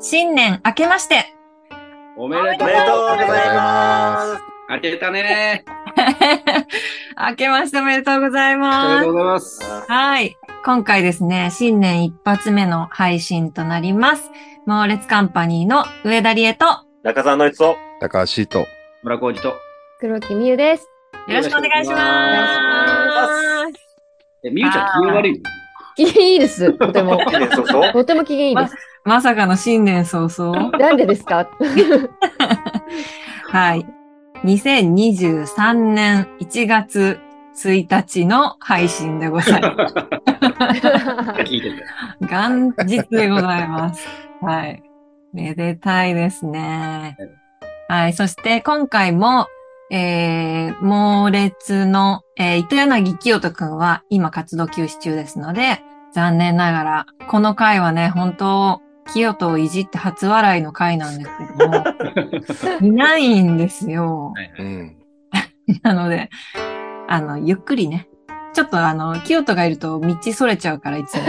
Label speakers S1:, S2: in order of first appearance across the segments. S1: 新年明けまして。
S2: おめでとう。
S3: おめでとうございます
S2: 開けたね
S1: 明けましておめでとうござい
S2: おめで
S1: ま
S2: と
S1: す。
S2: うございます。
S1: はい。今回ですね、新年一発目の配信となります。猛烈カンパニーの上田理恵と、よ
S3: 中澤のいつを
S4: 高橋と。
S2: 村浩二と。
S5: 黒木美優です。
S1: ろしくお願いし
S2: お
S1: ます。
S2: え、みゆちゃん、気分悪い。
S5: 機嫌いいです。とても。
S3: いいね、そうそう。
S5: とても機嫌いいです。
S1: まさかの新年早 々。
S5: なんでで すか
S1: はい。2023年1月1日の配信でございます。
S2: 聞いてたよ。
S1: 元日でござい ます。はい。めでたいですね。はい。そして今回も、えー、猛烈の、えー、糸柳清人くんは今活動休止中ですので、残念ながら、この回はね、本当清人をいじって初笑いの回なんですけど も、いないんですよ。
S2: はいはい
S4: ん。
S1: なので、あの、ゆっくりね。ちょっとあの、清人がいると道逸れちゃうから、いつも。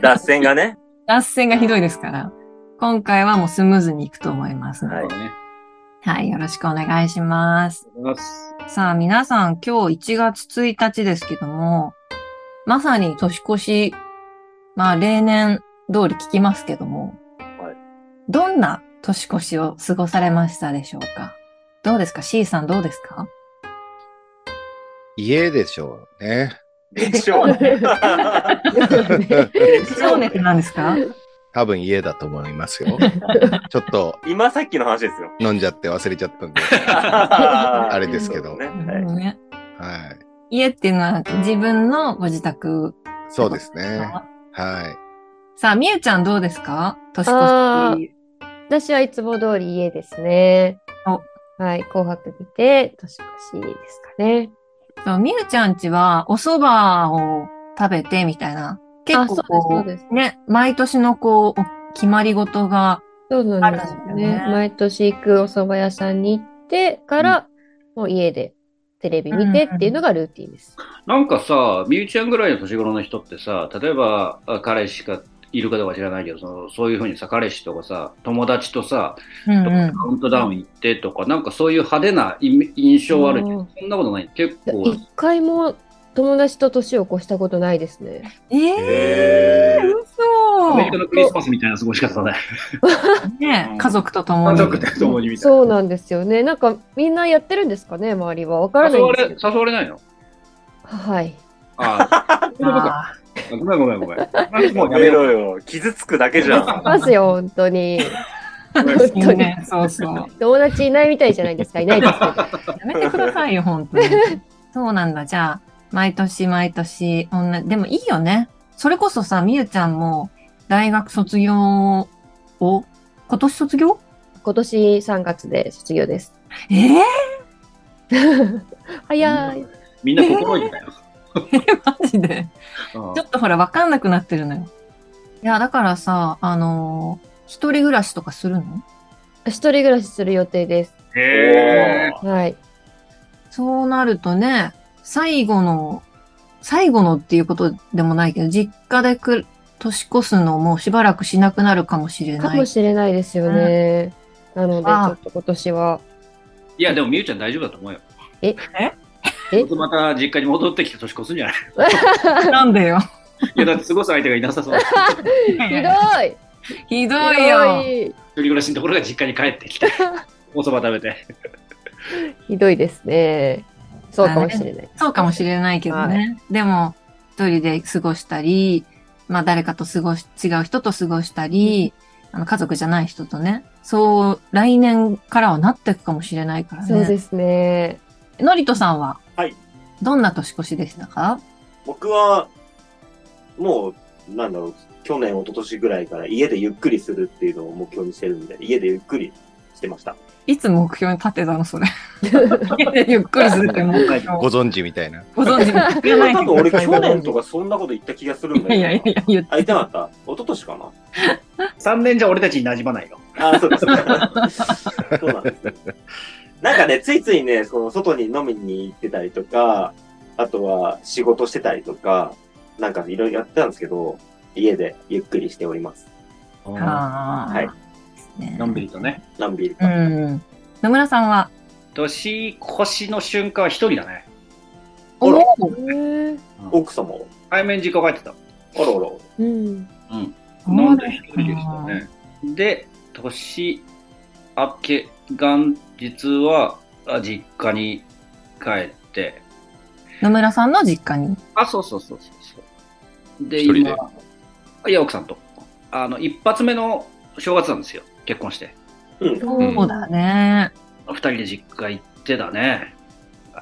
S3: 脱線が ね。
S1: 脱線がひどいですから、今回はもうスムーズにいくと思いますので、
S3: は
S2: そ
S1: は
S2: う
S1: い。
S2: だね
S1: よろしくお願いします。
S2: ありがとうございます。
S1: さあ、皆さん、今日1月1日ですけども、まさに年越し、まあ、例年通り聞きますけども、
S3: はい
S1: どんな年越しを過ごされましたでしょうかどうですか ?C さんどうですか
S4: 家でしょうね。
S3: でしょう。
S1: 少年って何ですか
S4: 多分家だと思いますよ。ちょっと
S3: 今さっきの話 ですよ。
S4: 飲んじゃって忘れちゃったんで。
S3: あ
S4: れですけど
S3: ね、
S1: なるほ
S3: は
S1: どね
S4: はい。
S1: 家っていうのは自分のご自宅
S4: そうですね。
S1: か
S4: は
S1: さあ、みゆちゃんどうですか年越
S5: あ
S1: し。
S5: 私はいつも通り家ですね
S1: お。
S5: はい、紅白見て、年越しですかね。
S1: そうみゆちゃんちは、お蕎麦を食べてみたいな。結構こ
S5: そうですそう
S1: ね、毎年のこう、お決まり事が、
S5: そうなんですよ
S1: あるんですよ
S5: ね
S1: ね。
S5: 毎年行くお蕎麦屋さんに行ってから、もう家でテレビ見てっていうのがルーティンです。
S2: なんかさ、みゆちゃんぐらいの年頃の人ってさ、例えば、あ彼氏がいるかどうか知らないけど、そのそういうふうにさ、彼氏とかさ、友達とさ、
S1: うん
S2: カ
S1: うん。
S2: ウントダウン行ってとか、なんかそういう派手なイメ印象はあるけ
S5: う
S2: ど
S5: ん、
S2: そんなことない。結
S5: いや
S2: 構、
S5: 一回も友達と年を越したことないですね。
S4: い。
S1: えー、
S4: へ
S2: ア
S1: 嘘
S2: メリカのクリスマスみたいな過ごし方だね。
S1: ね
S2: うん
S1: 家族と共
S2: 家
S1: に。
S2: 族で共にみたいな。
S5: そうなんですよね。なんかみんなやってるんですかね、周りは。わからな
S2: 誘
S5: いん
S2: わ
S5: で
S2: れ
S5: すけど。
S2: 誘われないの
S5: はい。
S2: ああ、そういうことか。
S1: あー
S2: ごめんごめんごめん。もう
S3: い。や
S2: や
S3: め
S2: めろ。
S3: ろよ。傷つくだけじゃ ん。
S5: ますよ、本当に。本当
S1: そう
S5: に。
S1: ね、そうそう。
S5: 友達いないみたいじゃないですか、いないです けど。
S1: やめてくださいよ、本 当に。そうなんだ、じゃあ、毎年毎年、同じ。でもいいよね。それこそさ、みゆちゃんも、大学卒業を、今年卒業
S5: 今年3月で卒業です。
S1: ええ
S5: 早い。
S2: みんな心得てたよ。
S1: マジで。
S2: うん
S1: ちょっとほら、わかんなくなってるのよ。いや、だからさ、あのー一人暮らしとかするの
S5: 一人暮らしする予定です。
S2: へー
S5: はい。
S1: そうなるとね、最後の、最後のっていうことでもないけど、実家でくる年越すのもしばらくしなくなるかもしれ
S5: か
S1: な
S5: も
S1: い。
S5: しれないですよね。なので、ち
S1: あ
S5: ょっと今年は。
S2: いや、でもみゆちゃん大丈夫だと思うよ。
S5: え
S2: また実家に戻ってきて年越すんじゃない
S1: なんでよ。
S2: いや、だって過ごす相手がいなさそうだし。
S5: ひどい
S1: ひどいよ。
S5: ひどい
S2: 一人暮らしのところが実家に帰ってきて、おそば食べて。
S5: ひどいですね。そうかもしれない。
S1: そうかもしれないけどね。でも、一人で過ごしたり、まあ誰かと過ごし、違う人と過ごしたり、あの家族じゃない人とね、そう、来年からはなっていくかもしれないからね。
S5: そうですね。
S1: のりとさんは、
S3: はい
S1: どんな年越しでしたか
S3: 僕は、もう、なんだろう、去年、一昨年ぐらいから家でゆっくりするっていうのを目標にしてるんで、家でゆっくりしてました。
S1: いつ目標に立てたのそ れ。ゆっくりするってもう、
S4: ご存知みたいな。
S1: ご存知の
S3: い
S1: 言わない
S3: 多
S1: で
S3: 分
S1: く
S3: 俺
S1: ださい
S3: 去年とかそんなこと言った気がするんだ
S1: い
S3: けど。
S1: やいやいや、言って
S3: あ、言ってなかった一昨年かな
S2: 3年じゃ俺たちに馴染まないよ。
S3: あ、そうです。そうなんです、ね。なんかね、ついついね、その外に飲みに行ってたりとか、あとは仕事してたりとか、なんかいろいろやってたんですけど、家でゆっくりしております。
S1: ああ。
S3: はい
S1: ですね。
S2: のんびりとね。
S3: 何ビール
S1: う
S3: か。
S1: ん。野村さんは、
S2: 年越しの瞬間は一人だね。
S3: あら
S1: おー
S5: え
S2: うん
S3: 奥様を。
S2: 対面実家帰ってた。
S3: あらあら。
S5: うん。
S2: うん。
S1: そ
S2: 飲
S1: うんで
S2: です一
S1: か
S2: 人でしたね。で、年明け、元日は、あ実家に帰って、
S1: 野村さんの実家に。
S2: あ、そうそうそうそうそう。で、
S4: 一人で
S2: 今、いや、奥さんと。あの、一発目の正月なんですよ。結婚して。
S3: うん。
S4: ん
S1: そうだね。
S2: 二人で実家行ってだね。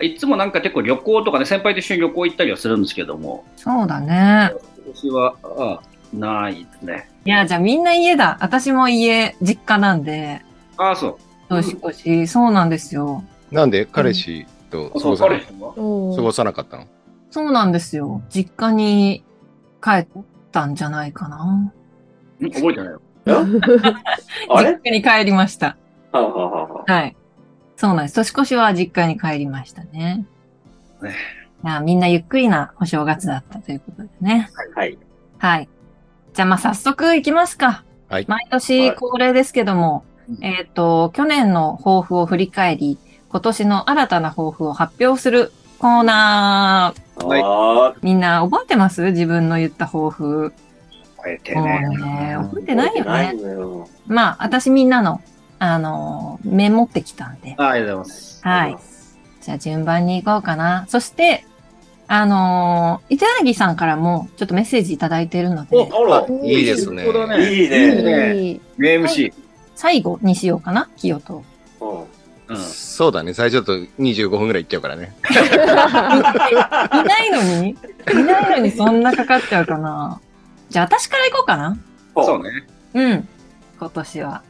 S2: いつもなんか結構旅行とかね、先輩と一緒に旅行行ったりはするんですけども、
S1: そうだね。
S2: 今年は、あないね。
S1: いや、じゃあみんな家だ。私も家、実家なんで、
S2: あ、そう。
S1: 年越し、そうなんですよ。
S4: なんで彼氏と過
S2: そう、
S4: ごさ
S2: 彼
S4: な
S2: 氏も。
S5: おー
S4: 過ごさなかったの
S1: そうなんですよ。実家に帰ったんじゃないかな。
S2: ん覚えてないよ。
S3: あれ
S1: 実家に帰りました。
S3: はあ、はあはあはあ、
S1: はい。そうなんです。年越しは実家に帰りましたね。
S2: ね
S1: いやみんなゆっくりなお正月だったということでね。
S3: はい。
S1: はい。じゃあまあ早速行きますか。
S4: はい
S1: 毎年恒例ですけども、
S2: うん
S1: えっ、と、去年の抱負を振り返り、今年の新たな抱負を発表するコーナー。
S2: はい
S3: あ
S1: みんな覚えてます自分の言った抱負。
S2: 覚えて
S1: もう
S2: ね。
S1: ね、覚え
S3: ー
S1: てないよ
S3: ない
S1: ね。
S3: のよ。
S1: まあ、私みんなの、あのー、メモってきたんで。
S2: あありがとうございます。
S1: はい。じゃあ順番に行こうかな。そして、あのー、板柳さんからもちょっとメッセージいただいてるので、
S3: あら、
S4: いいですね
S2: 本当だね。
S3: いいね。
S2: ね
S5: いい。
S2: 名 MC。
S1: 最後にしようかな、清と。
S3: うん
S2: うん。
S4: そうだね、最初だと25分ぐらいいっちゃうからね。
S1: いないのにいないのにそんなかかっちゃうかな。じゃあ私から行こうかな。
S2: そうね。
S1: うん。今年は。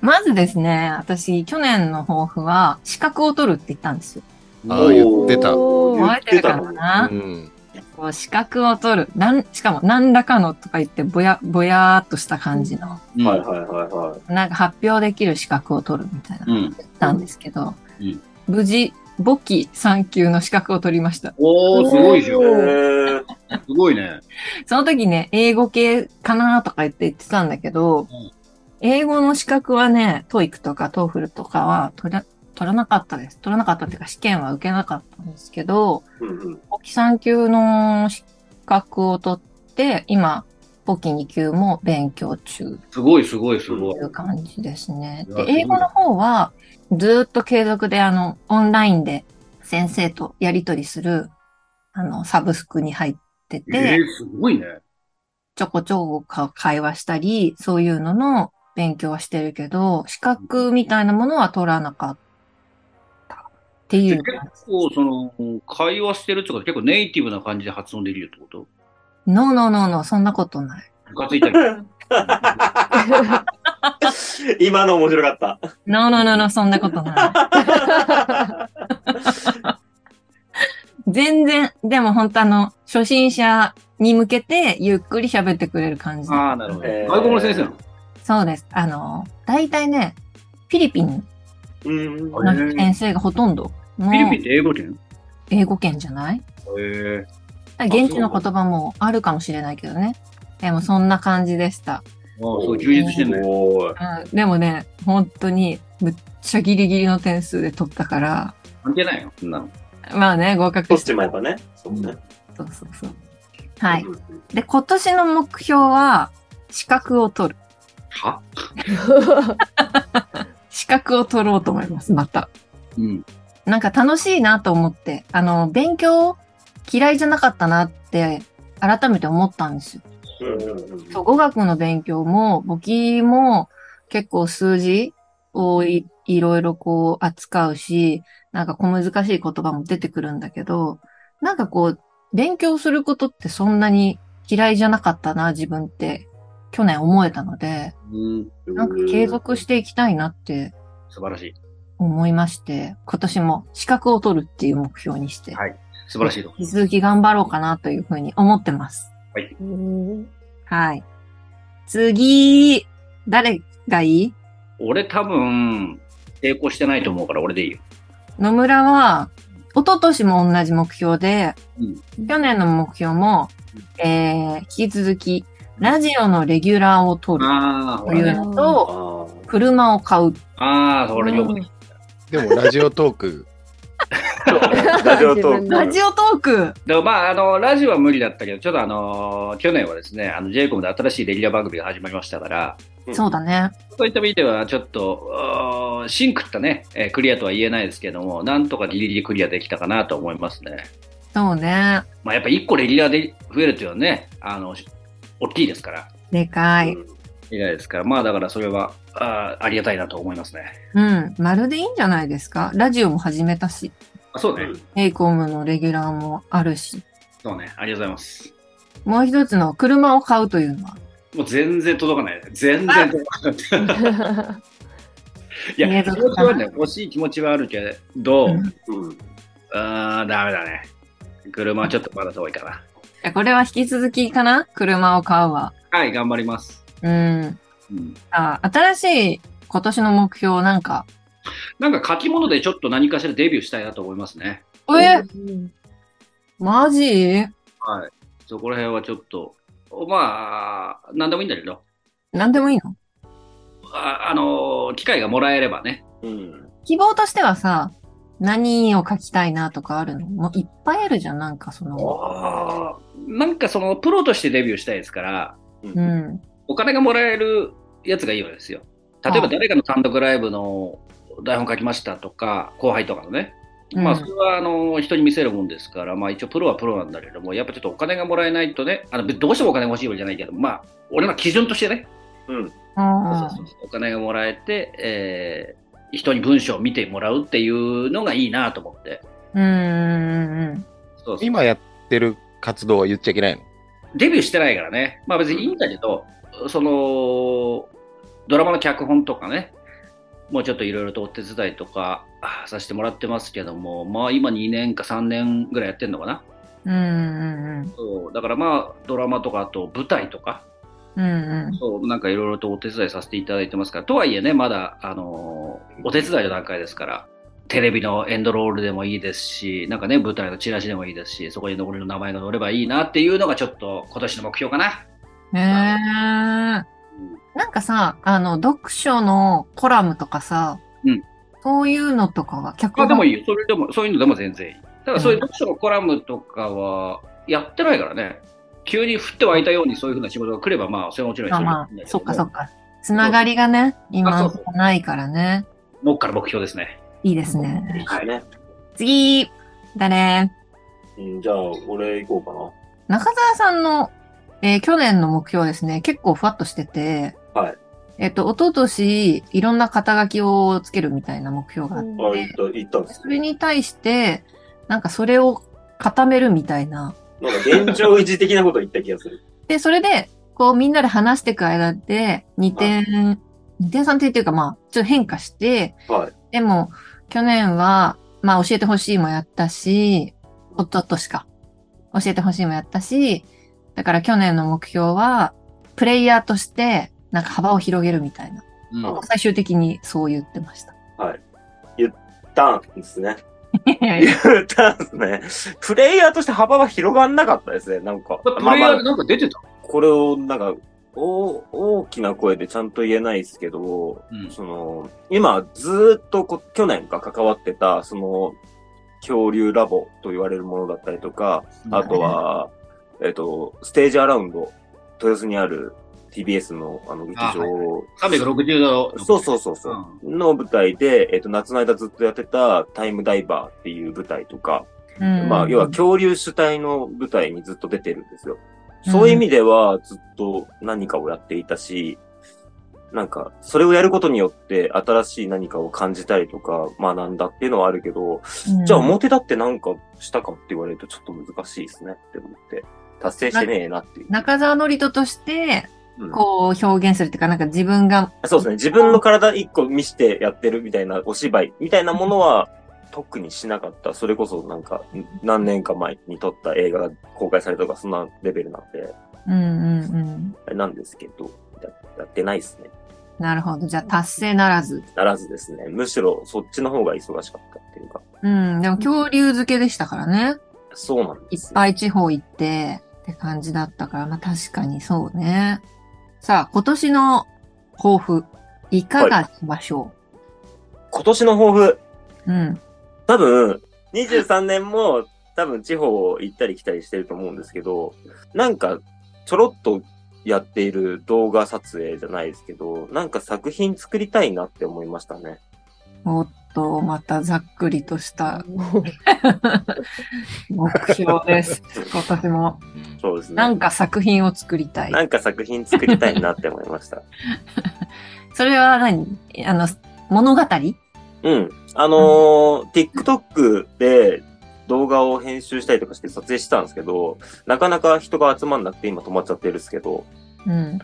S1: まずですね、私、去年の抱負は、資格を取るって言ったんですよ。
S4: ああ、言ってた。
S5: おー
S1: 覚えてるか
S3: 言ってた
S1: な、
S4: うん。
S1: こう資格を取る。なん、しかも、何らかのとか言って、ぼや、ぼやーっとした感じの、
S2: うん
S3: はいはいはいはい。
S1: なんか発表できる資格を取るみたいな、
S2: うん。
S1: なんですけど、
S2: うん
S1: 無事、簿記3級の資格を取りました。
S2: おー、すごいじゃん。
S5: お
S3: へー
S2: すごいね。
S1: その時ね、英語系かなとか言って言ってたんだけど、
S2: うん
S1: 英語の資格はね、トイックとかトーフルとかは取ら取らなかったです。取らなかったっていうか、試験は受けなかったんですけど、
S3: うんうん
S1: 簿記3級の資格を取って、今、簿記2級も勉強中
S2: すごい、すごい、すご
S1: と
S2: い
S1: い。う感じですね。
S2: い
S1: で
S2: や、
S1: 英語の方は、ずーっと継続で、あの、オンラインで先生とやりとりする、あの、サブスクに入ってて、
S2: えー、すごいね。
S1: ちょこちょこか会話したり、そういうのの勉強はしてるけど、資格みたいなものは取らなかったってい
S2: で
S1: う
S2: 結構、その、会話してるってことは結構ネイティブな感じで発音できるってこと
S1: の。ノーノーノーノー、そんなことない。
S2: ムカついたり。
S3: 今の面白かった。
S1: ノーノーノーノー、そんなことない。 全然、でも本当あの、初心者に向けてゆっくり喋ってくれる感じ。
S2: ああ、なるほど。
S3: えー
S2: 外国の先生なの
S1: そうです。あの、大体ね、フィリピン
S3: うん。
S1: の先生がほとんど
S2: フィリ
S1: の
S2: ピンって英語圏
S1: 英語圏じゃない
S2: へえ。
S1: 現地の言葉もあるかもしれないけどね。でもそんな感じでした。
S2: あーすごい、充実してんね。
S3: おーい
S1: うん、でもね、本当にむっちゃギリギリの点数で取ったから、
S2: 関係ないよ、そんなの。
S1: まあね、合格
S3: どっ
S1: して
S3: ちもやっぱね。そうね。
S1: そうそうそう。はい。
S3: うん
S1: で、今年の目標は、資格を取る。
S2: は
S1: 資格を取ろうと思います、また。
S2: うん。
S1: なんか楽しいなと思って、あの、勉強嫌いじゃなかったなって、改めて思ったんですよ。
S3: うんうんうん
S1: そう、語学の勉強も、簿記も結構数字をいいろいろこう扱うし、なんか小難しい言葉も出てくるんだけど、なんかこう、勉強することってそんなに嫌いじゃなかったな、自分って、去年思えたので、
S2: うん。
S1: なんか継続していきたいなって
S2: 素晴らしい。
S1: 思いまして、今年も資格を取るっていう目標にして、
S2: はい素晴らしいと。
S1: 引き続き頑張ろうかなというふうに思ってます。
S5: うん
S1: はい。次、誰がいい
S2: 俺多分、成功してないと思うから俺でいいよ。
S1: 野村は、一昨年も同じ目標で、
S2: うん
S1: 去年の目標も、えー、引き続き、ラジオのレギュラーを取る
S2: ああ、ほ
S1: とい
S2: ら
S1: う
S2: ね。
S1: のと、
S3: あ
S1: 車を買う。
S2: ああ、それよくでき
S4: でもラジオトーク、
S3: あ。ラジオトーク。
S5: ラ
S1: ラジオトーク
S2: でもまあ、あの、ラジオは無理だったけど、ちょっとあの、去年はですね、あの、j イコムで新しいレギュラー番組が始まりましたから、
S3: うん
S1: そうだね。
S2: そういった意味では、ちょっと、うーんシンクったね、えークリアとは言えないですけども、なんとかギリギリクリアできたかなと思いますね。
S1: そうね。
S2: まあ、やっぱ1個レギュラーで増えるっていうのはね、あの、し大きいですから。
S1: でかい。
S2: いないですから、まあだからそれはあーありがたいなと思いますね。
S1: うん。まるでいいんじゃないですかラジオも始めたし、
S2: あそう
S3: う
S2: ね、
S3: ん
S1: エイコムのレギュラーもあるし、
S2: そうね、ありがとうございます。
S1: もう一つの車を買うというのは、
S2: もう全然届かない。全然届かない。 い
S1: あ
S2: や、
S1: りが
S2: 気
S1: とうご
S2: 持ち
S1: ざいま
S2: は
S1: す
S2: ね、欲しい気持ちはあるけど、
S1: うん
S3: うん。
S2: あーダメだね。車はちょっとまだ遠いかな。
S1: いやこれは引き続きかな車を買うは。
S2: はい、頑張ります。
S1: うん。
S2: うん、
S1: あ新しい今年の目標なんか、
S2: なんか書き物でちょっと何かしらデビューしたいなと思いますね。
S1: えマジ
S2: はい。そこら辺はちょっと、まあ、なんでもいいんだけど、
S1: 何でもいいの
S2: ああの、機会がもらえればね。
S3: うん。
S1: 希望としてはさ、何を書きたいなとかあるのもういっぱいあるじゃん、なんかその。
S2: あーなんかその、プロとしてデビューしたいですから、
S1: う
S3: うん。
S1: ん。
S2: お金がもらえるやつがいいわけですよ。例えば
S1: あ
S2: 誰かの単独ライブの台本書きましたとか、後輩とかのね。
S1: うん
S2: まあ、それはあの人に見せるもんですから、まあ、一応プロはプロなんだけども、やっぱちょっとお金がもらえないとね、あのどうしてもお金が欲しいわけじゃないけど、まあ、俺の基準としてね、
S3: うん。
S1: あ
S2: そうそうそうお金がもらえて、えー人に文章を見てもらうっていうのがいいなと思って。
S1: ーうんうんうん。
S2: そうそう
S4: 今やってる活動は言っちゃいけないの
S2: デビューしてないからね、まあ別にいいんだけど、そのドラマの脚本とかね、もうちょっといろいろとお手伝いとかあさせてもらってますけども、まあ今2年か3年ぐらいやってんのかな。
S1: うんうん
S2: そうだからまあドラマとかあと舞台とか、
S1: うん。うんうん。
S2: そうなんかいろいろとお手伝いさせていただいてますから、とはいえね、まだ、あのーお手伝いの段階ですから、テレビのエンドロールでもいいですし、なんかね、舞台のチラシでもいいですし、そこに残りの名前が載ればいいなっていうのがちょっと今年の目標かな。
S1: へえ。なんかさ、あの、読書のコラムとかさ、
S2: うん
S1: そういうのとかが脚
S2: まあでも
S1: い
S2: いいよ。それでも、そういうのでも全然いい。ただそういう読書のコラムとかはやってないからね。急に降って湧いたようにそういうふうな仕事が来れば、まあ、それはもちろん
S1: まあ
S2: れ
S1: まあ
S2: でいいんだ、けど
S1: そっかそっか。つながりがね、
S2: あそ
S1: 今
S2: うそう
S1: ないからね。
S2: もっから目標ですね。
S1: いいですね。
S3: いいですね。
S1: 次、誰
S3: うん、じゃあ、俺行こ
S1: 中澤さんの、えー去年の目標ですね、結構ふわっとしてて、
S3: はい
S1: えっと、おととし、いろんな肩書きをつけるみたいな目標があって、
S3: うかな。あ、行った、行ったんです
S1: それに対して、なんかそれを固めるみたいな。
S3: なんか現状維持的なこと言った気がする。
S1: で、それで、こうみんなで話していく間で、2点、2点3点っていうかまあ、ちょっと変化して、
S3: はい。
S1: でも、去年は、まあ、教えてほしいもやったし、おととしか。教えてほしいもやったし、だから去年の目標は、プレイヤーとして、なんか幅を広げるみたいな。
S2: うん
S3: あ
S1: 最終的にそう言ってま した。
S3: たんですね。
S1: いやいや
S3: 言ったんですね。プレイヤーとして幅は広がんなかったですね、なんか。
S2: プレイヤーでなんか出てた、
S3: これをなんか、お大きな声でちゃんと言えないですけど、
S2: うん
S3: その、今ずーっとこ去年か関わってた、その、恐竜ラボと言われるものだったりとか、あとは、えっと、ステージアラウンド、豊洲にある TBS のあの劇
S2: あはい
S3: 場、
S2: 360度。
S3: そうそうそうそう、の舞台で、えっと、夏の間ずっとやってたタイムダイバーっていう舞台とか、
S1: うん
S3: まあ、要は恐竜主体の舞台にずっと出てるんですよ。そういう意味では、ずっと何かをやっていたし、なんか、それをやることによって、新しい何かを感じたりとか、学んだっていうのはあるけど、じゃあ表立って何かしたかって言われるとちょっと難しいですねって思って、達成してねえなっていう。
S1: 中澤のりととして、
S3: うん
S1: こう表現するっていうか、なんか自分が、
S3: そうですね。自分の体一個見してやってるみたいなお芝居みたいなものは特にしなかった。それこそなんかん何年か前に撮った映画が公開されたとかそんなレベルなんで、
S1: うんうんうん。
S3: あれなんですけど、ややってないですね。
S1: なるほど。じゃあ達成ならず。
S3: ならずですね。むしろそっちの方が忙しかったっていうか。
S1: うん。でも恐竜漬けでしたからね。
S3: そうなん
S1: い
S3: で
S1: っ
S3: すよ。
S1: ぱい地方行って、って感じだったから、まあ確かにそうね。さあ、今年の抱負、いかがしましょ
S3: 今年の抱負、
S1: う、うん。
S3: 多分、23年も多分地方行ったり来たりしてると思うんですけど、なんかちょろっとやっている動画撮影じゃないですけど、なんか作品作りたいなって思いましたね。
S1: おっと、またざっくりとした目標です。今年も。
S3: そうですね。
S1: なんか作品を作りたい。
S3: なんか作品作りたいなって思いました。
S1: それは何あの、物語
S3: うん。あのー TikTok で動画を編集したりとかして撮影してたんですけど、なかなか人が集まんなくて今止まっちゃってるんですけど、
S1: うん。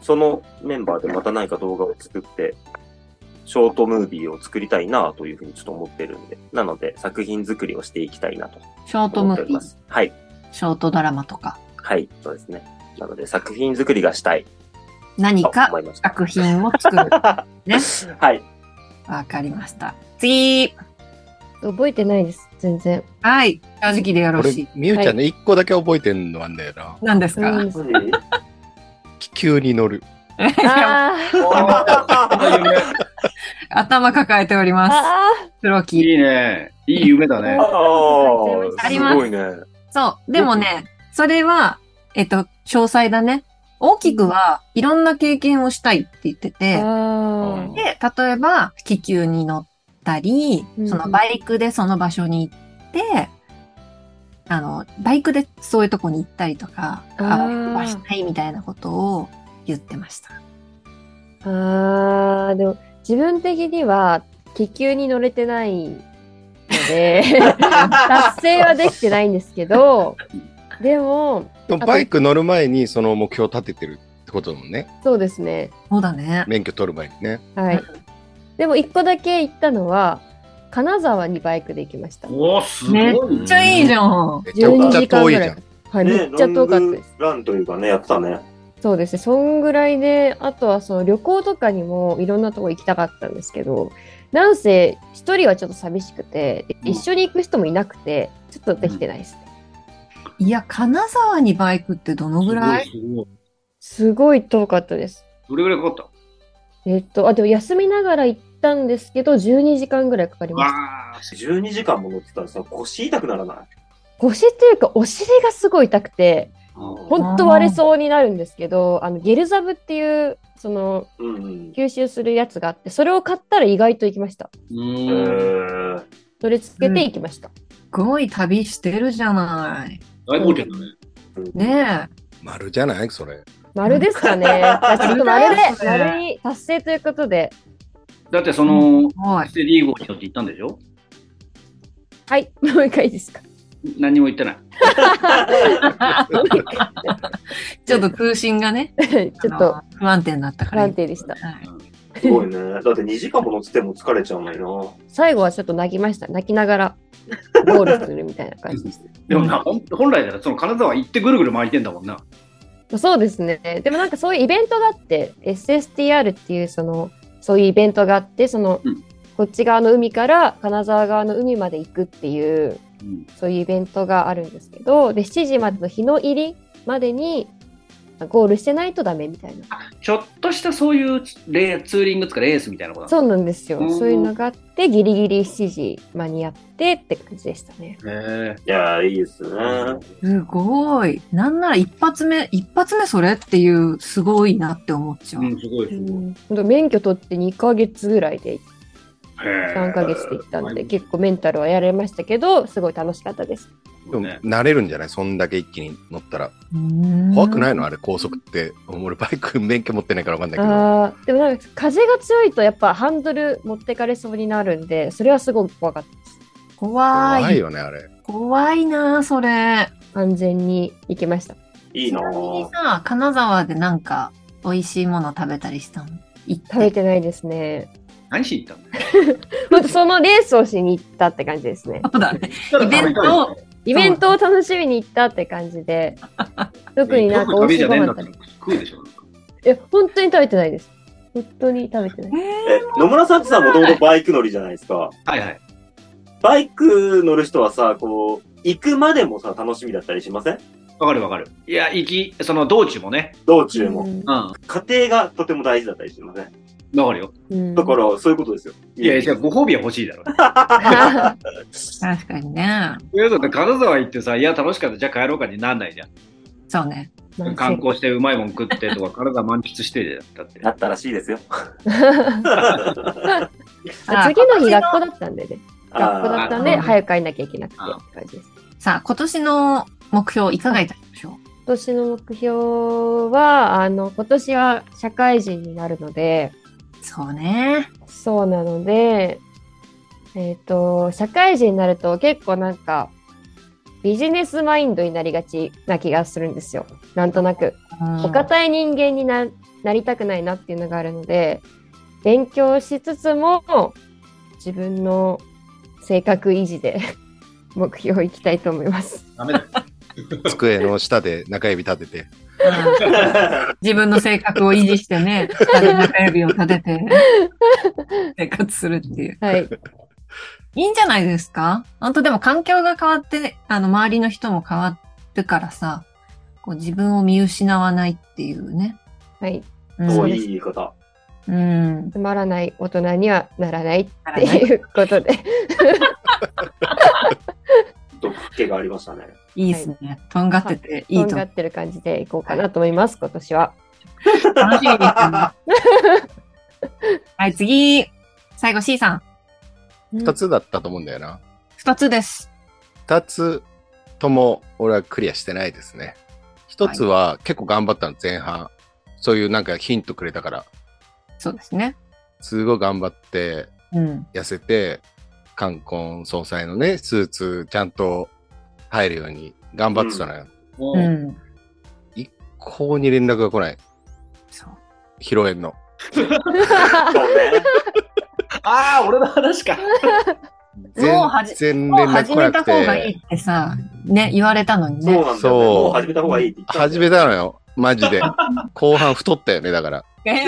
S3: そのメンバーでまた何か動画を作って、ショートムービーを作りたいなというふうにちょっと思ってるんで、なので作品作りをしていきたいなと
S1: ショートム
S3: 思ってお
S1: ー
S3: り
S1: ビー
S3: ま、す。はい。
S1: ショートドラマとか、
S3: はい。そうですね。なので作品作りがしたい
S1: 何
S3: と
S1: か
S3: 思いました。
S1: 作品を作る。ね。
S3: はい。
S1: わかりました。次
S5: 覚えてないです、全然。
S1: はい。正直でよろしい
S4: 俺。、みゆちゃんね、一個だけ覚えてるのなんだよな。
S1: 何ですか、
S5: う
S1: い
S5: ん
S4: 気球に乗る。
S1: や
S5: あー
S1: 頭抱えており ます。
S5: あ
S1: 黒木。
S2: いいね。いい夢だね。
S3: あ
S5: あ
S3: あ、
S1: り
S3: す
S1: ます
S3: ごいね。
S1: そう。でもね、それは、えっと、詳細だね。大きくはいろんな経験をしたいって言ってて、
S5: あー。
S1: で、例えば気球に乗ったり
S5: う、ん
S1: そのバイクでその場所に行って、あの、バイクでそういうとこに行ったりとか、
S5: あ
S1: あ
S5: ー
S1: わばしたいみたいなことを言ってました。
S5: あー、でも自分的には気球に乗れてないので、 達成はできてないんですけど、でも、
S4: でもバイク乗る前にその目標を立ててるってことだもんね。
S5: そうですね。
S1: そうだね。
S4: 免許取る前にね。
S5: はい。でも一個だけ行ったのは、金沢にバイクで行きました。
S2: おすごい、
S1: め
S2: ね
S1: っ。ちゃいいじゃん。
S4: めちゃくちゃ遠いじ
S5: 12
S4: ゃ
S5: 時間
S4: ん。
S5: はい、めっちゃ遠かっ
S3: ロ
S5: たです。
S3: ングランというかね、やってたね。
S5: そうですね、そんぐらいで、あとはその旅行とかにもいろんなとこ行きたかったんですけど、なんせ一人はちょっと寂しくて、
S2: うん
S5: 一緒に行く人もいなくて、ちょっとできてないですね。
S1: いや、金沢にバイクってどのぐらい
S2: すごい。
S5: すごい遠かったです。
S2: どれぐらいかかっ
S5: えっと、あ、でも休みながら行ったんですけど、12時間ぐらいかかり
S2: た
S5: ました。
S2: わあ、
S3: 12時間も乗ってたらさ、腰痛くならない
S5: 腰っていうか、お尻がすごい痛くて、
S2: ほ
S5: 本当割れそうになるんですけど、あの、ゲルザブっていう、その、
S3: うんうん。
S5: 吸収するやつがあって、それを買ったら意外と行きました。
S3: え
S2: うん。
S3: ー、
S5: それつけて行きました。
S1: すごい旅してるじゃない。
S2: 大冒険だね。
S1: ね
S4: 丸じゃないそれ。
S5: 丸ですかね。じゃあちょっと丸
S1: 丸
S5: で、
S1: だよね
S5: 丸に達成ということで、
S2: だってそ
S1: え。、
S2: の
S1: すごい
S2: ス。テリー号に乗って行ったんでしょ
S5: はい、 もう一回いいですか。
S2: 何にも言ってない。
S1: ちょっと通信がね、
S5: ちょっと
S1: あの不安定になったか
S5: 不
S1: ら。
S5: 安定でした。
S1: はい
S3: すごいね。だって2時間も乗ってても疲れちゃうのよ
S5: 最後はちょっと泣きました。泣きながらゴールするみたいな感じでした。
S2: でもな、ほん本来ならその金沢行ってぐるぐる回りてんだもんな。
S5: まあそうですね。でもなんかそういうイベントがあって、SSTR っていうその、そういうイベントがあって、その、
S2: うん
S5: こっち側の海から金沢側の海まで行くっていう、
S2: うん
S5: そういうイベントがあるんですけど、で、7時までの日の入りまでに、ゴールしてないとダメみたいな。
S2: ちょっとしたそういうレーツーリングつかレースみたいなこと。
S5: そううなんですよ
S2: うん。
S5: そういうのがあって、ギリギリ7時間に合ってって感じでしたね。
S2: へ
S3: いやー、いいですね。
S2: え。
S1: すごい。なんなら一発目、一発目それっていう、すごいなって思っちゃう。
S2: うん、すごいすごい。
S5: ほんと免許取って2ヶ月ぐらいで、3
S2: へ
S5: ヶ月で行ったん
S2: え
S5: で、
S2: ー
S5: 結構メンタルはやられましたけど、すごい楽しかったです。
S4: で
S2: え。
S4: も
S2: ね
S4: 慣れるんじゃないそんだけ一気に乗ったら。怖
S1: 怖
S4: くないの
S1: あ
S4: あれ高速って。俺バイク免許持ってないからわかんないけど。
S5: あーでもなんか風が強いとやっぱハンドル持ってかれそうになるんで、それはすごく怖かったです。
S1: 怖い。
S4: 怖
S1: 怖
S4: い
S1: い
S4: よね、あれ。
S1: な、それ。
S5: 安全に行きました。
S3: いいな
S1: ちなみに
S3: ー
S1: さ、金沢でなんか、美味しいもの食べたりしたの行って
S5: 食べてないですね。
S2: 何しに行ったんだ
S5: ほんとそのレースをしに行ったって感じですね。
S1: そうだね。
S2: よ
S1: イベントを
S5: イベントを楽しみに行ったって感 じで、特になんか美
S2: 旅
S5: 味し
S2: じ
S5: い
S2: ゃ
S5: ご
S2: ねえん
S5: 飯
S2: だった
S5: 食べ
S2: ら食うでしょ。
S5: いや、本当に食べてないです。本当に食べてない。
S3: え、野村さんってさ、もともとバイク乗りじゃないですか。
S2: はいはい。
S3: バイク乗る人はさ、こう、行くまでもさ、楽しみだったりしません
S2: わかるわかる。いや、行き、その道中もね。
S3: 道中も。
S2: うん。わ
S3: 家庭がとても大事だったりしますね。
S2: かるよ。
S5: うん。
S3: だから、そういうことですよ。
S2: いや、じゃあご褒美は欲しいだろう、ね。
S5: ら。
S1: 確かにね。
S2: ということで、金沢行ってさ、いや、楽しかった、じゃあ帰ろうかになんないじゃ
S1: そうね。
S2: ん。観光してうまいもん食ってとか、体満喫してだって。
S3: だったらしいですよ。
S5: あ次の日学校だったんでね。学校だ
S3: あ
S5: ったんで、
S1: あ
S5: 早く帰んなきゃいけなくて
S2: あ
S5: って感じです。
S1: さあ、今年の目標いかがいたしましょ
S5: 今年の目標は、あの、今年は社会人になるので、
S1: うそうね。
S5: そうなので、えっ、と、社会人になると結構なんか、ビジネスマインドになりがちな気がするんですよ。なんとなく。
S1: うん
S5: お堅い人間にななりたくないなっていうのがあるので、勉強しつつも、自分の性格維持で 目標いきたいと思います。
S2: ダメだよ。
S4: 机の下で中指立てて。
S1: うん自分の性格を維持して ね、下で中指を立てて、生活するっていう。
S5: はい。
S1: いいんじゃないですか本当でも環境が変わって、あの、周りの人も変わるからさ、こう自分を見失わないっていうね。
S5: はい。
S1: う
S3: お
S1: ん。
S5: う
S3: いい言い方。
S1: うん、
S5: つまらない大人にはならないっ
S1: なら
S5: て
S1: ない
S5: いうこと で。
S3: 毒気がありましたね。
S1: いいですね。とんがってていい
S5: とん
S1: と
S5: が
S1: 思う。
S5: ってる感じでいこうかなと思います、今年は。
S1: 楽しみにしてますはい、次。最後 C さん。
S4: 二つだったと思うんだよな。
S1: 二つです。
S4: 二つとも俺はクリアしてないですね。一つは結構頑張ったの前半。そういうなんかヒントくれたから。
S1: そうですね。
S4: すごい頑張って
S1: うん。
S4: 痩せて、冠婚葬祭のね、スーツちゃんと入るように頑張ってたのよ。
S1: う
S2: もう、
S1: ん。
S4: 一向に連絡が来ない。
S1: そう。
S4: 披露宴の。
S3: そうね。
S2: ああ、俺の話か。
S1: もうはじ
S4: 全然
S1: もう
S4: 連絡
S1: 始
S4: 来
S1: め
S4: な
S1: た
S4: く
S1: 方がい
S4: て。
S1: いってさ、ね、言われたのに
S3: そう
S1: ね。
S3: なんだよね。
S4: そう
S3: もう始めた方がいいって言ったんだよ。
S4: 始めたのよ。マ ジで。後半太ったよね、だから。
S2: 俺、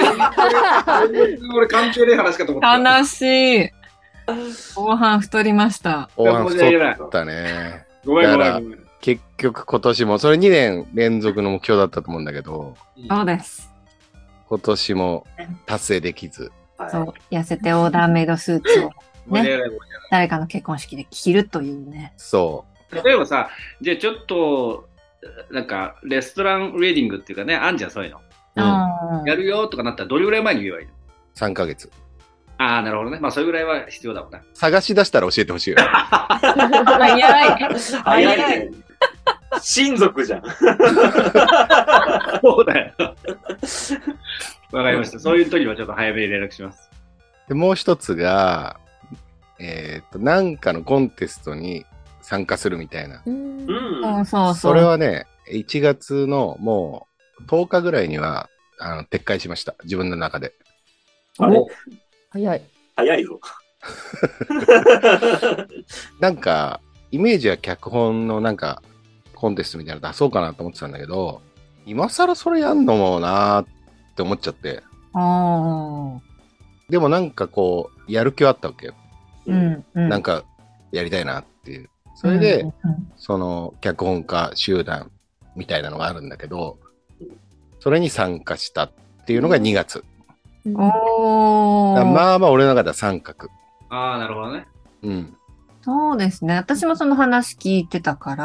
S2: 関係ねえ話かと思った。
S1: 悲しい。後半太りました。
S4: 後半太ったね。
S2: ごめんごめん
S4: だか
S2: ごめん。
S4: 結局今年も、それ2年連続の目標だったと思うんだけど、
S1: そうです。
S4: 今年も達成できず、
S3: はい
S1: そう。痩せてオーダーメイドスーツを
S2: ごめんごめんごめん
S1: 誰かの結婚式で着るというね。
S4: そ
S2: 例えばさ、じゃあちょっと、なんか、レストランウェディングっていうかね、あんじゃん、そういうの。
S4: う、う、
S1: うんん
S2: やるよとかなったら、どれぐらい前に言えばいいの
S4: 3ヶ月。
S2: ああ、なるほどね。まあ、それぐらいは必要だもんな。
S4: 探し出したら教えてほしいよ。
S1: 早い。
S3: 早いね。親族じゃん。
S2: そうだよ。 わかりました。そういう時はちょっと早めに連絡します。
S4: で、もう一つが、えっ、と、なんかのコンテストに参加するみたいな。
S5: うん
S3: うん。
S1: そうそうそう。
S4: それはね、1月のもう10日ぐらいには、あの、撤回しました。自分の中で。
S3: あれ
S5: 早い。
S3: 早いぞ。
S4: なんか、イメージは脚本のなんか、コンテストみたいなの出そうかなと思ってたんだけど、今更それやんのもなーって思っちゃって、
S1: おー
S4: でもなんかこう、やる気はあったわけよ。
S1: う。ん。うん。
S4: なんか、やりたいなっていう。それで、
S1: うん、
S4: その、脚本家集団みたいなのがあるんだけど、それに参加したっていうのが2
S1: うん
S4: 月。
S1: お
S4: だから
S1: ー
S4: まあまあ俺の中では三角。
S2: ああ、なるほどね。
S4: うん。
S1: そうですね。私もその話聞いてたから、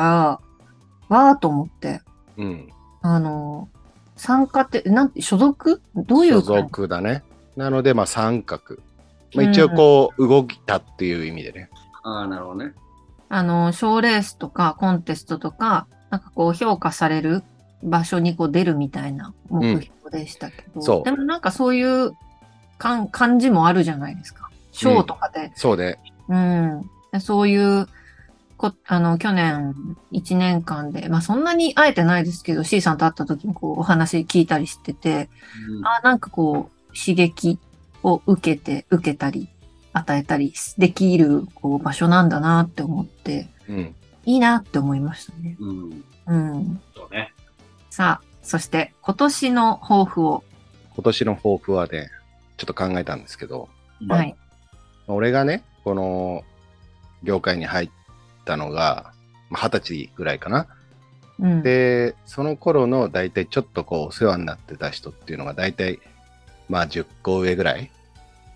S1: わーと思って。
S4: うん。
S1: あの、参加って、なんて、所属どうい
S4: 所
S1: う感
S4: 属だね。なので、まあ三角。まあ、一応こう、動いたっていう意味でね。
S2: ああ、なるほどね。
S1: あの、賞レースとかコンテストとか、なんかこう評価される場所にこう出るみたいな目標でしたけど、
S4: んそう
S1: でもなんかそういう感感じもあるじゃないですか。賞とかで。
S4: そうね。
S1: うん。でそういうこ、あの、去年1年間で、まあそんなに会えてないですけど、C さんと会った時にこうお話聞いたりしてて、
S2: うん
S1: あなんかこう、刺激を受けて、受けたり、与えたりできるこう場所なんだなって思って、
S4: うん。
S1: いいなって思いましたね。
S2: うん。
S1: うん。
S2: そうね。
S1: さあ、そして今年の抱負を。
S4: 今年の抱負はね、ちょっと考えたんですけど、
S1: は。
S2: はい
S4: 俺がね、この業界に入ったのが、まあ二十歳ぐらいかな。
S1: うん。
S4: で、その頃の大体ちょっとこうお世話になってた人っていうのが大体まあ10個上ぐらい、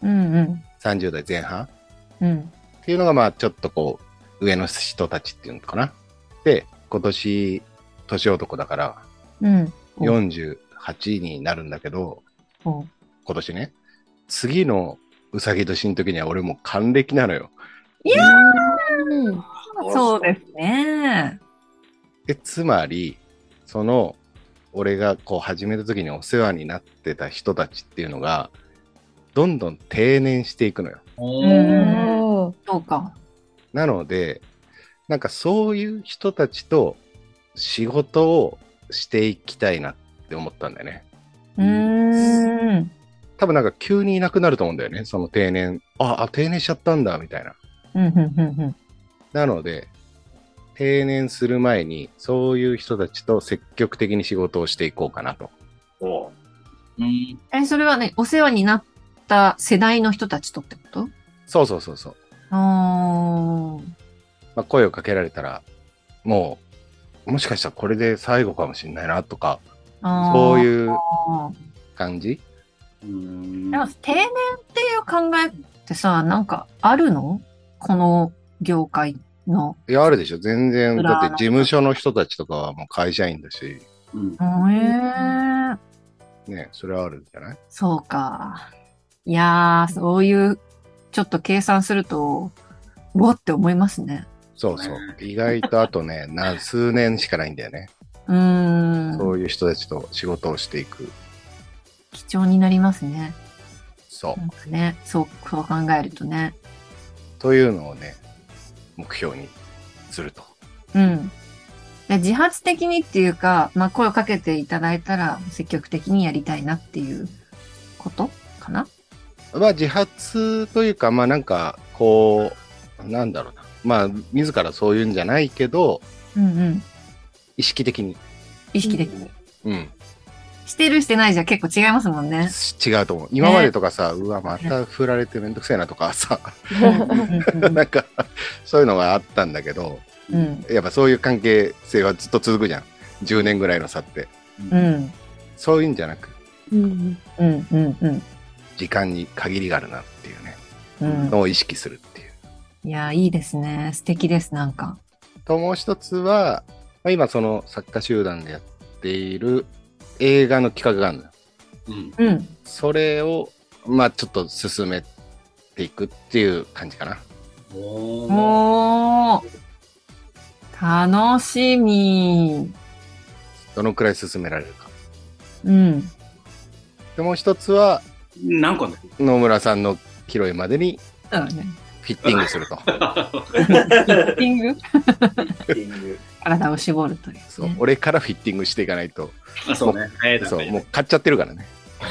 S1: うんうん。
S4: 30代前半
S1: うん。
S4: っていうのがまあちょっとこう上の人たちっていうのかな。で、今年年男だから
S1: うん。お
S4: 48になるんだけど、
S1: お
S4: 今年ね、次のうさぎ年の時には俺もう還暦なのよ。
S5: うん
S1: そうですね。
S4: え、つまり、その、俺がこう始めた時にお世話になってた人たちっていうのが、どんどん定年していくのよ。
S2: お
S1: うん
S5: おー
S1: そうか。
S4: なので、なんかそういう人たちと仕事をしていきたいなって思ったんだよね。
S1: うーん。
S4: 多分なんか急にいなくなると思うんだよね。その定年。あ、あ定年しちゃったんだ、みたいな。
S1: うんうんうん
S4: なので、定年する前に、そういう人たちと積極的に仕事をしていこうかなと。
S3: おう
S2: うん
S1: うん。え、それはね、お世話になった世代の人たちとってこと
S4: そうそうそうそう。
S1: あ
S4: まあ、声をかけられたら、もう、もしかしたらこれで最後かもしれないなとか、
S1: あ。
S4: そ
S1: う。
S4: ういう感じ
S2: うん
S1: でも定年っていう考えってさ、なんかあるのこの業界の。
S4: いや、あるでしょ。全然、
S1: うらら
S4: だって事務所の人たちとかはもう会社員だし、
S2: うん
S1: へえ。
S4: ね、それはあるんじゃない
S1: そうか。いやー、そういう、ちょっと計算すると、うわって思いますね。
S4: そうそう。意外とあとね、 な数年しかないんだよね。
S1: うー
S4: そ
S1: ん。
S4: ういう人たちと仕事をしていく。
S1: 貴重になりますね。
S4: そう。
S1: なんかね、そう、そう考えるとね。
S4: というのをね、目標にすると。
S1: うん。で自発的にっていうか、まあ、声をかけていただいたら、積極的にやりたいなっていうことかな
S4: まあ自発というか、まあなんか、こう、なんだろうな。まあ、自らそういうんじゃないけど、
S1: うんうん。
S4: 意識的に。
S1: 意識的に。
S4: うん。
S1: してるしてないじゃ結構違いますもんね。
S4: 違うと思う。今までとかさ、うわ、また振られてめんどくせえなとかさ、 なんか、そういうのがあったんだけど、
S1: うん。
S4: やっぱそういう関係性はずっと続くじゃん。10年ぐらいの差って。
S1: うん。
S4: そういうんじゃなく、
S5: うん
S1: うん。うん。うん。
S4: 時間に限りがあるなっていうね、
S1: うん。
S4: のを意識するっていう。
S1: いや、いいですね。素敵です、なんか。
S4: と、もう一つは、まあ今その作家集団でやっている映画の企画があるのよ。
S2: うん
S1: うん。
S4: それを、まあちょっと進めていくっていう感じかな。
S2: おー
S1: おー。楽しみ。
S4: どのくらい進められるか。
S1: うん。
S4: で、もう一つは、
S2: 何個ね
S4: 野村さんの披露宴までに
S1: そうだね。
S4: フィッティングすると。
S1: ヒッティング
S3: フィッティング
S1: 体を絞るという、ね。
S4: そう、俺からフィッティングしていかないと。
S2: あそうね。早い段
S4: そ
S2: 階
S4: う、
S2: で
S4: もう買っちゃってるからね。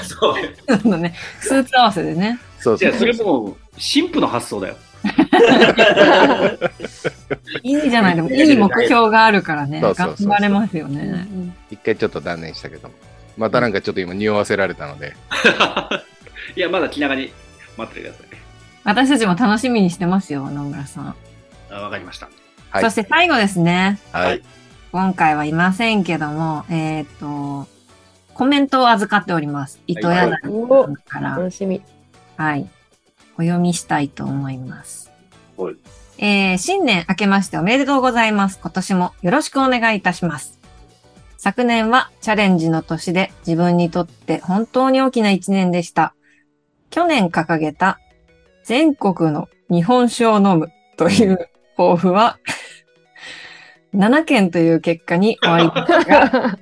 S2: そう。
S1: あのね、スーツ合わせでね。
S4: そう
S2: じ
S4: そ
S2: ゃ
S4: う
S2: あ、それもう、神父の発想だよ。
S1: いいじゃない、でもいい目標があるからね。
S4: そうそうそ
S1: 頑
S4: うそう
S1: 張れますよ
S5: うんう
S1: ね。
S5: ん
S4: 一回ちょっと断念したけど、またなんかちょっと今匂わせられたので、
S2: いや、まだ気長に待っててください。
S1: 私たちも楽しみにしてますよ、野村さん。
S2: あわかりました。
S4: はい。
S1: そして最後ですね。
S4: はい。
S1: 今回はいませんけども、えっ、と、コメントを預かっております。糸柳さんから、はい、
S5: 楽 しみ。
S1: お読みしたいと思います。
S3: はい
S1: えー新年明けましておめでとうございます。今年もよろしくお願いいたします。昨年はチャレンジの年で自分にとって本当に大きな一年でした。去年掲げた全国の日本酒を飲むという抱負は7件という結果に終わりましたが、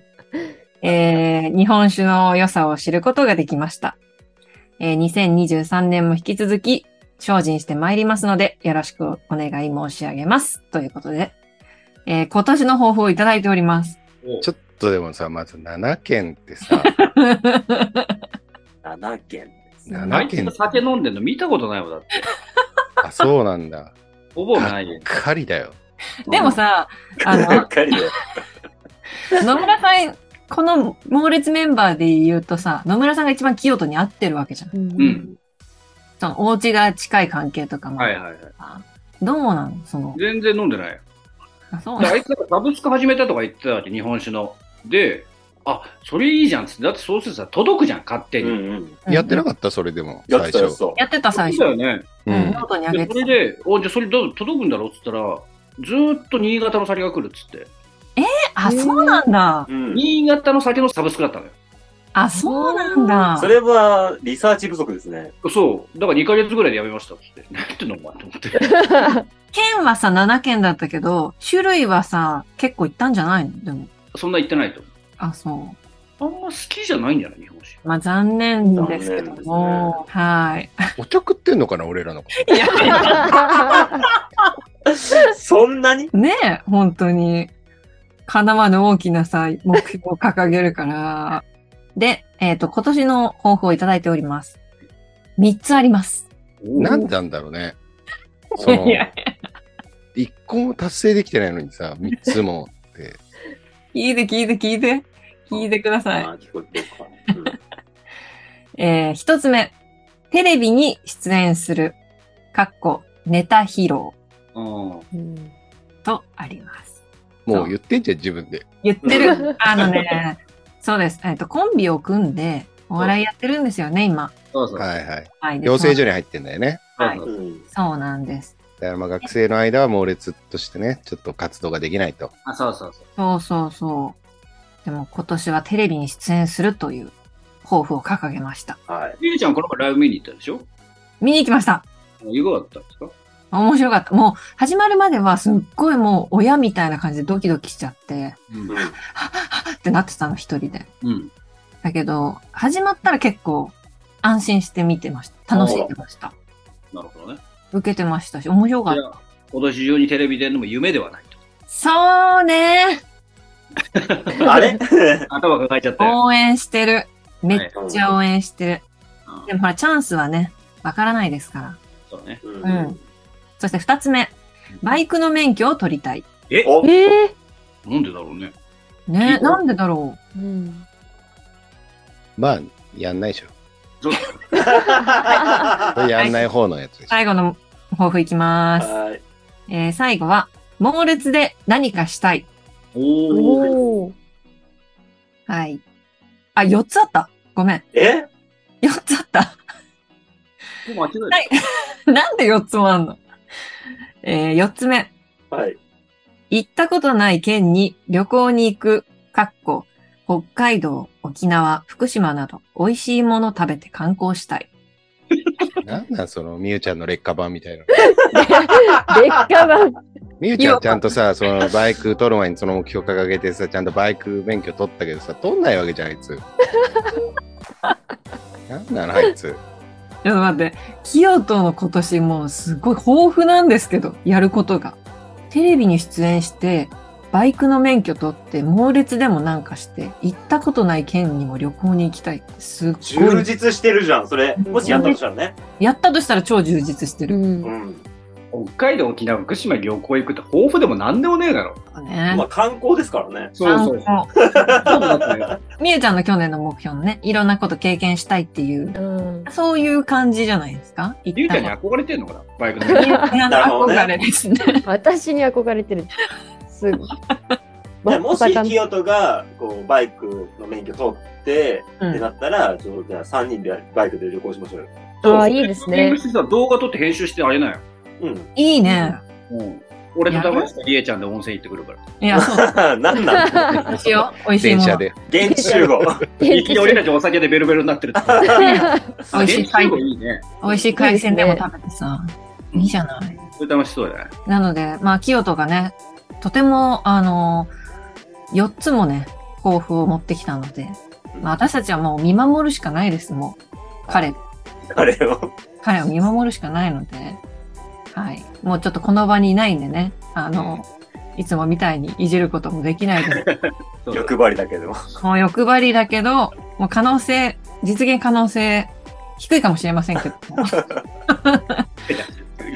S1: えー日本酒の良さを知ることができました。えー2023年も引き続き精進してまいりますので、よろしくお願い申し上げます。ということで、えー今年の抱負をいただいております。
S4: ちょっとでもさ、まず7件ってさ、
S3: 7件。
S2: あ
S4: 7
S2: いつ
S4: 件
S2: が、酒飲んでんの見たことないもんだって。
S4: あ、そうなんだ。
S2: ほぼないよ。
S4: 狩りだよ。
S1: でもさ、あ
S3: ば
S1: の
S3: っ、かりだよ。
S1: 野村さん、この猛烈メンバーで言うとさ、野村さんが一番清人に合ってるわけじゃん。
S2: うん。
S1: その、お家が近い関係とかも。
S2: はいはいはい。
S1: どうなのその、
S2: 全然飲んでないよ。
S1: あそう
S2: であいつがサブスク始めたとか言ってたわけ、日本酒の。で、あ、それいいじゃんっつって。だってそうするとさ、届くじゃん、勝手
S3: うん
S2: に。
S3: うん。
S4: やってな
S1: かっ
S4: かったそれでも、
S3: やって
S4: 最
S3: たやつ
S4: 初。
S3: だ。
S1: たやってた最
S2: そう
S1: 初。
S2: だよね。
S4: う
S1: うん
S4: ん
S1: ノ。ートにあげ
S2: で
S1: て
S2: そ
S1: た。
S2: れで、お、じゃあそれどう届くんだろうっつったら、ずーっと新潟の酒が来るっつって。
S1: あ、そうなんだ。
S3: うん。
S2: 新潟の酒のサブスクだったのよ。
S1: あ、そうなんだ。
S3: それは、リサーチ不足ですね。
S2: そう。だから2ヶ月ぐらいでやめましたっつって。 なんてんのお前と思って。
S1: 県はさ、7県だったけど、種類はさ、結構いったんじゃないのでも。
S2: そんな言ってないと。
S1: あ、そ
S2: あんま好きじゃないんじゃない日本酒。
S1: う。まあ、残念ですけども。はい。
S4: お茶食ってんのかな、俺らのこと。
S1: いや、
S3: そんなに
S1: ねえ、本当に。かなわぬ大きなさ、目標を掲げるから。で、えっ、と、今年の抱負をいただいております。3つあります。
S4: なんなんだろうね。その、一個も達成できてないのにさ、三つもって。
S1: 聞いて聞いて聞いて。聞いてください。
S3: あー、聞こえてるか。
S1: えー一つ目。テレビに出演する。かっこ、ネタ披露
S2: うん。
S5: うん
S1: とあります。
S4: もう言ってんじゃん、自分で。
S1: 言って
S3: う
S1: る。あのね、そうです。えっ、と、コンビを組んで、お笑いやってるんですよね、今。
S2: そうそう。
S4: はいはい。
S1: はい。で
S4: 養成所に入ってんだよね。
S1: はい
S2: そう
S3: う。
S2: そうん
S3: うん
S1: そうなんです。
S4: だからまあ学生の間は猛烈としてね、ちょっと活動ができないと。
S2: あそうそうそう。
S1: そうそうそう。でも今年はテレビに出演するという抱負を掲げました。
S3: はい。
S2: ゆうちゃん、この前ライブ見に行ったでしょ
S1: 見に行きました。
S2: いかがだったんですか
S1: 面白かった。もう始まるまではすっごいもう親みたいな感じでドキドキしちゃって、
S2: うん。
S3: う
S1: はっはっはってなってたの一人で。
S2: うん。
S1: だけど、始まったら結構安心して見てました。楽しんでました。
S2: なるほどね。
S1: 受けてましたし、面白かっ
S2: じゃあ今年中にテレビ出るのも夢ではないと。
S1: た。そうね
S3: んあれ
S2: 頭抱えちゃって。
S1: 応援してる。めっ
S3: うん
S1: ちゃ応援して
S2: うん
S1: る。でもほら、チャンスはね、わからないですから。
S2: そうね。
S3: うん
S1: うんそして二つ目。バイクの免許を取りたい。
S2: え
S3: お
S5: ええ
S2: なんでだろうね。
S1: ねなんでだろう。
S5: うん
S4: まあ、やんないでしょ。
S2: そう
S4: これやんない方のやつでしょ。
S1: 最後の抱負いきます。
S3: はい。
S1: えー最後は、猛烈で何かしたい。
S2: おお。
S5: おー
S1: はい。あ、四つあった。ごめん。
S3: え
S1: 四つあった。
S2: 間違えた
S1: はいなんで四つもあんのえー、四つ目。
S3: はい。
S1: 行ったことない県に旅行に行く、かっこ、北海道、沖縄、福島など、美味しいもの食べて観光したい。
S4: なんなんその、みゆちゃんの劣化版みたいな。
S5: 劣化版
S4: みゆちゃんちゃんとさ、そのバイク取る前にその目標掲げてさ、ちゃんとバイク免許取ったけどさ、取んないわけじゃん、あいつ。なんなの、あいつ。
S1: ちょっと待って、清との今年もうすごい豊富なんですけど、やることが。テレビに出演して、バイクの免許取って、猛烈でもなんかして、行ったことない県にも旅行に行きたいって、すっご
S3: 充
S1: い。
S3: 実してるじゃん、それ。もしやったとしたらね。
S1: やったとしたら超充実して
S5: う
S1: る。
S5: ん
S3: うん。
S2: 北海道、沖縄、福島旅行行くって豊富でもなんでもねえだろ。
S1: ね
S3: まあ、観光ですからね。
S2: そうそうそう。
S1: あ
S2: そうだったよ
S1: のみゆちゃんの去年の目標のね、いろんなこと経験したいっていう
S5: うん
S1: そういう感じじゃないですか。
S2: ゆ
S1: 一
S2: うち
S1: 旦
S2: ゃんに
S1: は
S2: 憧れてんのかなバイクの。
S3: なるほどね
S1: 憧れですね。
S5: 私に憧れてるすごい
S3: でもし、
S5: まさかの
S3: 清人が、こう、バイクの免許取って、
S1: う
S3: って
S1: ん
S3: なったら、ちょっとじゃあ3人でバイクで旅行しましょうよ。
S5: ああいいです
S2: 編
S5: ね
S2: 集してさ、動画撮って編集してあれなよ。
S3: うん。
S1: いいね。
S2: うん。俺と高橋とりえちゃんで温泉行ってくるから。
S1: いや、そう。
S3: なんな んだ
S1: どうしよう。美味しい
S4: 電
S1: も
S4: 車
S1: の。
S4: で。
S3: 現地集合。
S2: いきなり俺たちお酒でベロベロになってるとか。
S1: 美味しい海
S2: あ現地集合いいね。
S1: 美味しい海鮮でも食べてさ。
S2: うん
S1: いいじゃない。
S2: それ楽しそうだね。
S1: なので、まあ、清人がね、とても、あの、4つもね、抱負を持ってきたので、まあ、私たちはもう見守るしかないです、もう。彼、
S3: あれを。
S1: 彼を見守るしかないので、はい。もうちょっとこの場にいないんでね、あの、いつもみたいにいじることもできないです
S2: そうだね
S3: 欲張りだけ ど。
S1: もう欲張りだけど、もう可能性、実現可能性、低いかもしれませんけど。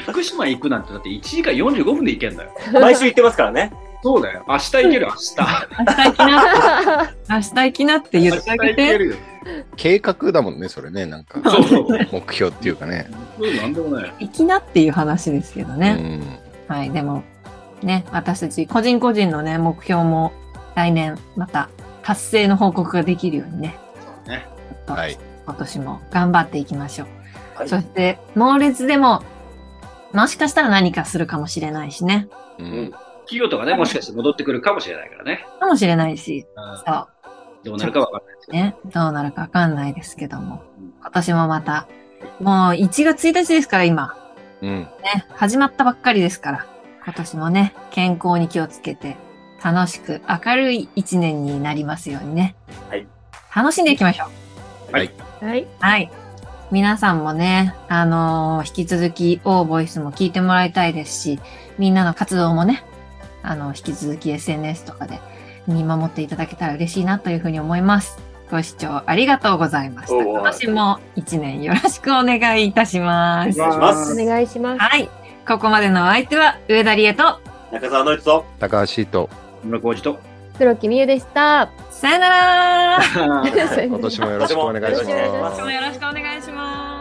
S2: 福島行くなんてだって1時間45分で行けんだよ。
S3: 毎週行ってますからね。
S2: そうだよ。明日行ける、明日。
S1: 明日行きな、明日行きなって言ってあげて。
S2: るよ。
S4: 計画だもんね、それね、なんか。
S2: そうそう。
S4: 目標っていうかね。
S2: そうなんでもない。
S1: 行きなっていう話ですけど
S4: う
S1: ね。
S4: ん。
S1: はい。でも、ね、私たち個人個人のね、目標も来年また達成の報告ができるようにね、
S2: ね。
S4: はい。
S1: 今年も頑張っていきましょう。
S3: はい
S1: そして、猛烈でも、もしかしたら何かするかもしれないしね。
S4: うん。
S2: 企業とかね、もしかして戻ってくるかもしれないからね。
S1: かもしれないし、そ
S2: どうなるかわかんないです
S1: う
S2: けど。
S1: ね、どうなるかわかんないですけども、今年もまた、もう1月1日ですから今、
S4: うん。
S1: ね、始まったばっかりですから、今年もね、健康に気をつけて、楽しく明るい一年になりますようにね。
S3: はい。
S1: 楽しんでいきましょう。
S5: はい。
S1: はい。皆さんもね、あのー引き続き、オーボイスも聞いてもらいたいですし、みんなの活動もね、あの、引き続き SNS とかで見守っていただけたら嬉しいなというふうに思います。ご視聴ありがとうございました。
S3: おー
S1: 今年も一年よろしくお願いいたします。
S3: 願いします
S5: お願いします。
S1: はい。ここまでのお相手は、上田理恵と、
S3: 中澤のりつと、
S4: 高橋と、
S2: 村浩二と。
S5: 黒木美優でした。
S1: さよなら
S5: 今
S4: 今年もよろしくお願いし
S5: よろしくお願いし
S4: ま
S5: ます
S1: 今年。もよろしくお願いします。